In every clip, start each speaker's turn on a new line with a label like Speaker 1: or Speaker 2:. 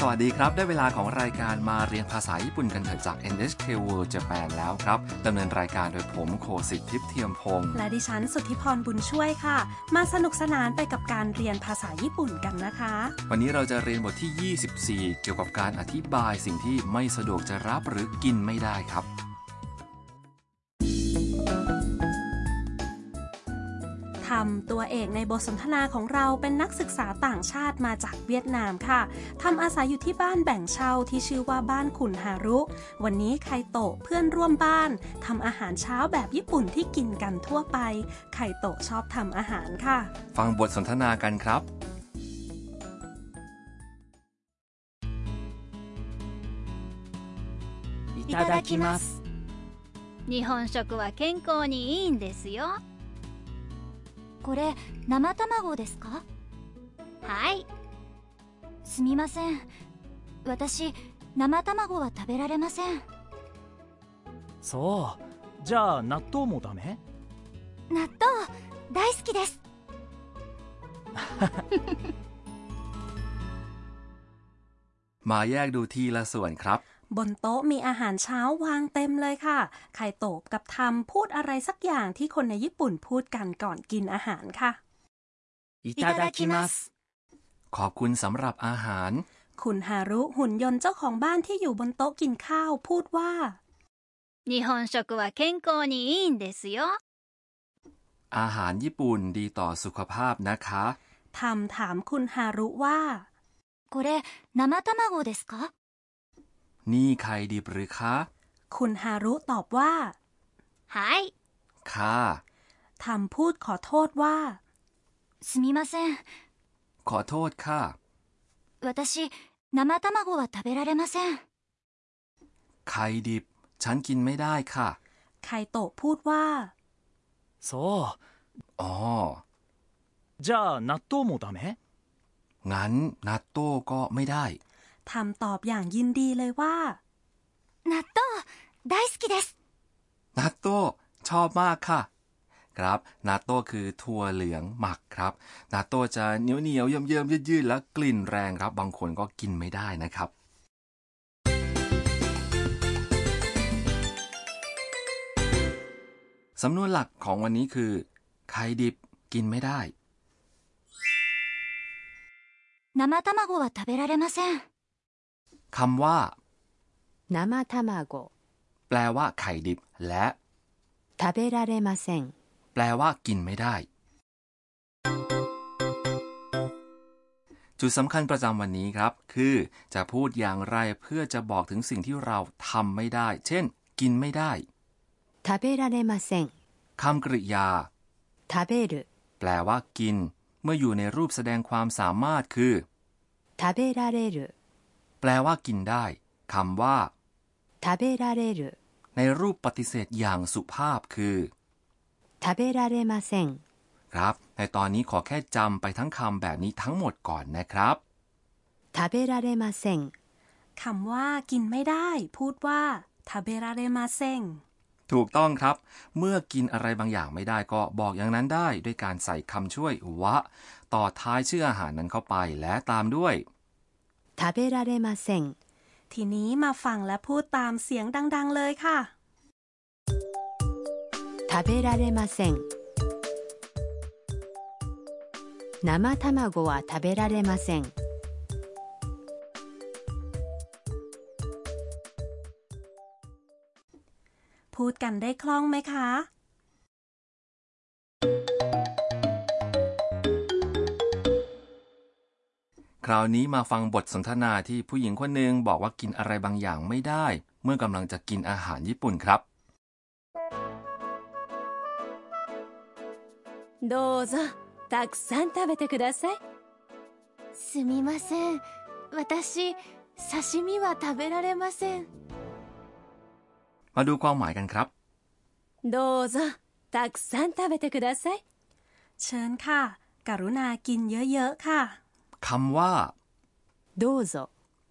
Speaker 1: สวัสดีครับ ได้เวลาของรายการมาเรียนภาษาญี่ปุ่นกันเถอะจาก NHK World Japan แล้วครับดำเนินรายการโดยผมโคสิทธิ์ทิพย์เทียมพงศ์
Speaker 2: และดิฉันสุทธิพรบุญช่วยค่ะ มาสนุกสนานไปกับการเรียนภาษาญี่ปุ่นกันนะคะ
Speaker 1: วันนี้เราจะเรียนบทที่ 24 เกี่ยวกับการอธิบายสิ่งที่ไม่สะดวกจะรับหรือกินไม่ได้ครับ
Speaker 2: ทำตัวเอกในบทสนทนาของเราเป็นนักศึกษาต่างชาติมาจากเวียดนามค่ะทำอาศัยอยู่ที่บ้านแบ่งเช่าที่ชื่อว่าบ้านขุนฮารุ วันนี้ไคโตะเพื่อนร่วมบ้านทำอาหารเช้าแบบญี่ปุ่นที่กินกันทั่วไป ไคโตะชอบทำอาหารค่ะ
Speaker 1: ฟังบทสนทนากันครับ
Speaker 3: い
Speaker 4: いただきます
Speaker 3: 日本食は健康にいいんですよ
Speaker 4: これ生卵ですか
Speaker 3: はい
Speaker 4: すみません私生卵は食べられません
Speaker 5: そうじゃあ納豆もダメ
Speaker 4: 納豆大好きです
Speaker 1: มาแยกดูทีละส่วนครับ
Speaker 2: บนโต๊ะมีอาหารเช้าวางเต็มเลยค่ะ ไคโตะกับทำพูดอะไรสักอย่างที่คนในญี่ปุ่นพูดกันก่อนกินอาหารค่ะ
Speaker 5: い
Speaker 4: いただきます
Speaker 1: ขอบคุณสำหรับอาหาร
Speaker 2: คุณฮารุหุ่นยนต์เจ้าของบ้านที่อยู่บนโต๊ะกินข้าวพูดว่า
Speaker 3: 日本食は健康にいいんですよ
Speaker 1: อาหารญี่ปุ่นดีต่อสุขภาพนะคะ
Speaker 2: ทำถามคุณฮารุว่า
Speaker 4: これ生卵ですか
Speaker 1: นี่ไข่ดิบหรือคะ
Speaker 2: คุณฮารุตอบว่า
Speaker 3: はい
Speaker 1: ค่ะ
Speaker 2: ทำพูดขอโทษว่า
Speaker 4: すみません
Speaker 1: ขอโทษค่ะ
Speaker 4: 私生卵は食べられません
Speaker 1: ไข่ดิบ ฉันกินไม่ได้ค่ะ
Speaker 2: ไคโตะพูดว่า
Speaker 5: そ
Speaker 1: อ๋อ
Speaker 5: うじゃあ納豆もダメ
Speaker 1: งั้นนัตโต้ก็ไม่ได้
Speaker 2: ทำตอบอย่างยินดีเลยว่า
Speaker 4: 納豆大好きです
Speaker 1: นัตโต้ชอบมากค่ะ ครับนาโต้คือถั่วเหลืองหมักครับนาโต้จะเหนียวเหนียวๆเยิ่มเยิ่มยืดยืดๆและกลิ่นแรงครับ บางคนก็กินไม่ได้นะครับ สำนวนหลักของวันนี้คือไข่ดิบกินไม่ได้
Speaker 4: 生卵は食べられません
Speaker 1: คำว่า
Speaker 6: 生卵
Speaker 1: แปลว่าไข่ดิบ และ
Speaker 6: 食べられません
Speaker 1: แปลว่ากินไม่ได้ จุดสำคัญประจำวันนี้ครับ คือ จะพูดอย่างไรเพื่อจะบอกถึงสิ่งที่เราทำไม่ได้ เช่น กินไม่ได้
Speaker 6: 食べられません
Speaker 1: คำกริยา
Speaker 6: 食べる
Speaker 1: แปลว่ากิน เมื่ออยู่ในรูปแสดงความสามารถคือ
Speaker 6: 食べられる
Speaker 1: แปลว่ากินได้คำว่า
Speaker 6: 食べられる
Speaker 1: ในรูปปฏิเสธอย่างสุภาพคือ
Speaker 6: 食べられません
Speaker 1: ครับ ในตอนนี้ขอแค่จำไปทั้งคำแบบนี้ทั้งหมดก่อนนะครับ
Speaker 6: 食べられません
Speaker 2: คำว่ากินไม่ได้ พูดว่าทาเบราเรมาเซง
Speaker 1: ถูกต้องครับ เมื่อกินอะไรบางอย่างไม่ได้ก็บอกอย่างนั้นได้ ด้วยการใส่คำช่วยวะ ต่อท้ายชื่ออาหารนั้นเข้าไปและตามด้วย
Speaker 6: 食べられません
Speaker 2: ทีนี้มาฟังและพูดตามเสียงดัง ๆ เลยค่ะ
Speaker 6: 食べられません生卵は食べられません
Speaker 2: พูดกันได้คล่องไหมคะ
Speaker 1: คราวนี้มาฟังบทสนทนาที่ผู้หญิงคนหนึ่งบอกว่ากินอะไรบางอย่างไม่ได้ เมื่อกำลังจะกินอาหารญี่ปุ่นครับ
Speaker 7: どうぞたくさん食べてください
Speaker 4: すみません私刺身は食べられません
Speaker 1: มาดูความหมายกันครับ
Speaker 7: どうぞたくさん食べてください
Speaker 2: เชิญค่ะ กรุณากินเยอะ ๆ ค่ะ
Speaker 1: คำว่า
Speaker 6: どうぞ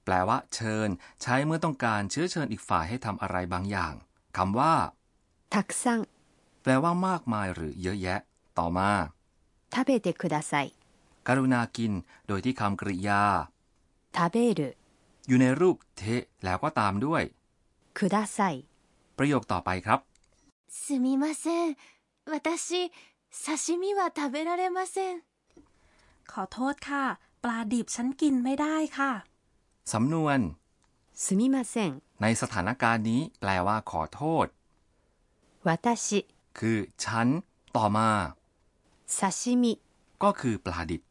Speaker 1: แปลว่า เชิญ ใช้เมื่อต้องการเชื้อเชิญอีกฝ่ายให้ทำอะไรบางอย่างคำว่า
Speaker 6: たくさん
Speaker 1: แปลว่ามากมายหรือเยอะแยะ ต่อมา
Speaker 6: 食べてください
Speaker 1: กรุณากิน โดยที่คำกริยา
Speaker 6: 食べる
Speaker 1: อยู่ในรูปเทะแล้วก็ตามด้วย
Speaker 6: ください
Speaker 1: ประโยคต่อไปครับ
Speaker 4: すみません私刺身は食べられません
Speaker 2: ขอโทษค่ะ ปลาดิบฉันกินไม่ได้ค่ะ
Speaker 1: สำนวน
Speaker 6: すみません
Speaker 1: ในสถานการณ์นี้แปลว่าขอโทษ
Speaker 6: 私
Speaker 1: คือฉัน ต่อมา
Speaker 6: 刺身
Speaker 1: ก็คือปลาดิบ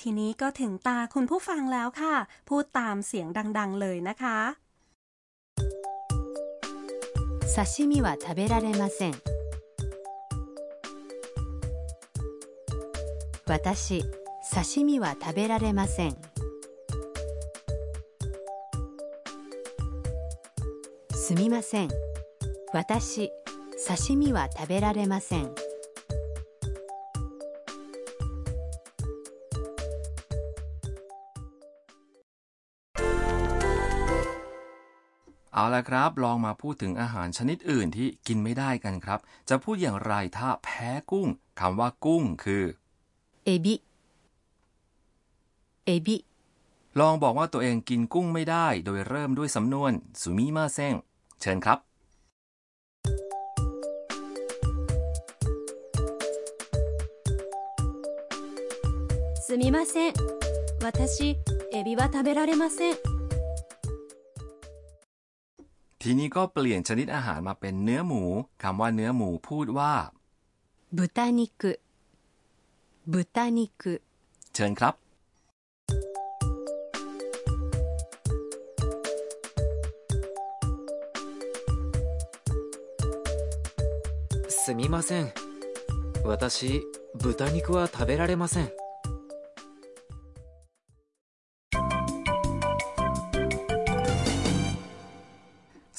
Speaker 2: ทีนี้ก็ถึงตาคุณผู้ฟังแล้วค่ะ พูดตามเสียงดังๆเลยนะคะ
Speaker 6: 刺身は食べられません私刺身は食べられませんすみません私刺身は食べられません
Speaker 1: เอาละครับ ลองมาพูดถึงอาหารชนิดอื่นที่กินไม่ได้กันครับ จะพูดอย่างไรถ้าแพ้กุ้งคำว่ากุ้งคือ
Speaker 6: エビエビ
Speaker 1: ลองบอกว่าตัวเองกินกุ้งไม่ได้ โดยเริ่มด้วยสำนวนซูมิมาเซงเชิญครับ
Speaker 7: すみません私エビは食べられません
Speaker 1: ทีนี้ก็เปลี่ยนชนิดอาหารมาเป็นเนื้อหมูคำว่าเนื้อหมูพูดว่า
Speaker 6: 豚肉豚肉
Speaker 1: เชิญครับ
Speaker 8: すみません私豚肉は食べられません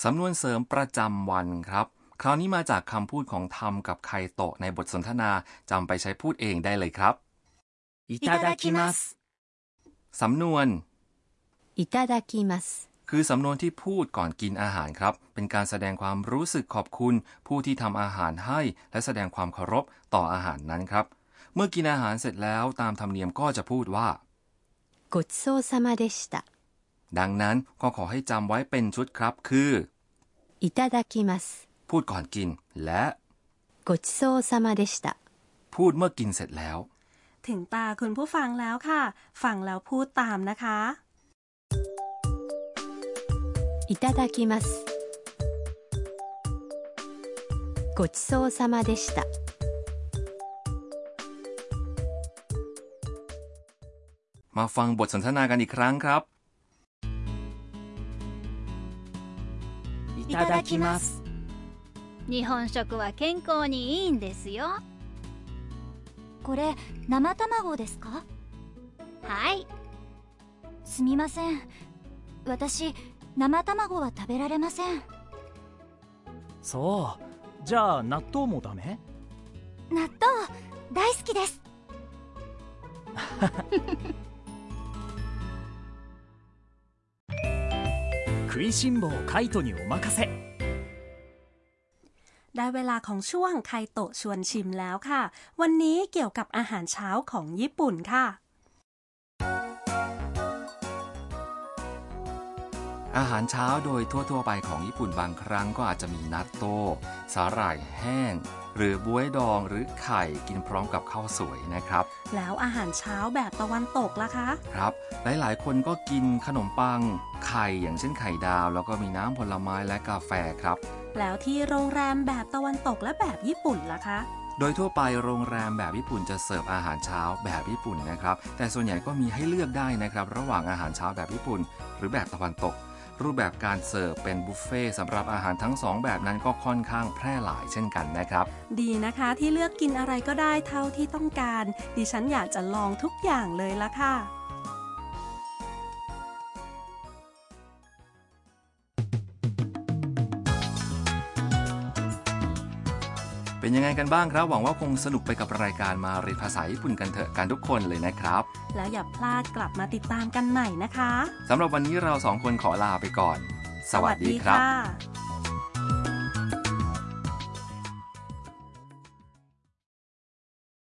Speaker 1: สำนวนเสริมประจำวันครับ คราวนี้มาจากคำพูดของธรรมกับไคโตะในบทสนทนาจำไปใช้พูดเองได้เลยครับ
Speaker 5: い
Speaker 4: ただきます
Speaker 1: สำนวน
Speaker 6: いただきます
Speaker 1: คือสำนวนที่พูดก่อนกินอาหารครับ เป็นการแสดงความรู้สึกขอบคุณ ผู้ที่ทำอาหารให้ และแสดงความเคารพต่ออาหารนั้นครับ เมื่อกินอาหารเสร็จแล้วตามธรรมเนียมก็จะพูดว่า
Speaker 6: ごちそうさまでした
Speaker 1: ดังนั้นก็ขอให้จำไว้เป็นชุดครับ คือ
Speaker 6: いただきます
Speaker 1: พูดก่อนกิน และ
Speaker 6: ごちそうさまでした
Speaker 1: พูดเมื่อกินเสร็จแล้ว
Speaker 2: ถึงตาคุณผู้ฟังแล้วค่ะ ฟังแล้วพูดตามนะคะ
Speaker 6: いただきますごちそうさまでした
Speaker 1: มาฟังบทสนทนากันอีกครั้งครับ
Speaker 8: い
Speaker 4: いただきます
Speaker 3: 日本食は健康にいいんですよは
Speaker 4: これ生卵ですか
Speaker 3: い
Speaker 4: すみません私生卵は食べられません
Speaker 5: そうじゃあ納豆もダメ
Speaker 4: 納豆大好きです
Speaker 5: 食いしん坊カイトにお任せ
Speaker 2: ได้เวลาของช่วงไคโตะชวนชิมแล้วค่ะ วันนี้เกี่ยวกับอาหารเช้าของญี่ปุ่นค่ะ
Speaker 1: อาหารเช้าโดยทั่ว ๆ ไปของญี่ปุ่นบางครั้งก็อาจจะมีนัตโต้สาหร่ายแห้ง หรือบวยดองหรือไข่กินพร้อมกับข้าวสวยนะครับ
Speaker 2: แล้วอาหารเช้าแบบตะวันตกล่ะคะ
Speaker 1: ครับหลายๆ คนก็กินขนมปัง ไข่อย่างเช่นไข่ดาว แล้วก็มีน้ำผลไม้และกาแฟครับ
Speaker 2: แล้วที่โรงแรมแบบตะวันตกและแบบญี่ปุ่นล่ะคะ
Speaker 1: โดยทั่วไปโรงแรมแบบญี่ปุ่นจะเสิร์ฟอาหารเช้าแบบญี่ปุ่นนะครับ แต่ส่วนใหญ่ก็มีให้เลือกได้นะครับ ระหว่างอาหารเช้าแบบญี่ปุ่น หรือแบบตะวันตก รูปแบบการเสิร์ฟเป็นบุฟเฟ่ต์สำหรับอาหารทั้งสองแบบนั้นก็ค่อนข้างแพร่หลายเช่นกันนะครับ
Speaker 2: ดีนะคะที่เลือกกินอะไรก็ได้เท่าที่ต้องการ ดิฉันอยากจะลองทุกอย่างเลยละค่ะ
Speaker 1: เป็นยังไงกันบ้างครับ หวังว่าคงสนุกไปกับรายการมาเรียนภาษาญี่ปุ่นกันเถอะกันทุกคนเลยนะครับ
Speaker 2: แล้วอย่าพลาดกลับมาติดตามกันใหม่นะคะ
Speaker 1: สำหรับวันนี้เราสองคนขอลาไปก่อน สวัสดีครับ
Speaker 2: สวัสดีค่ะ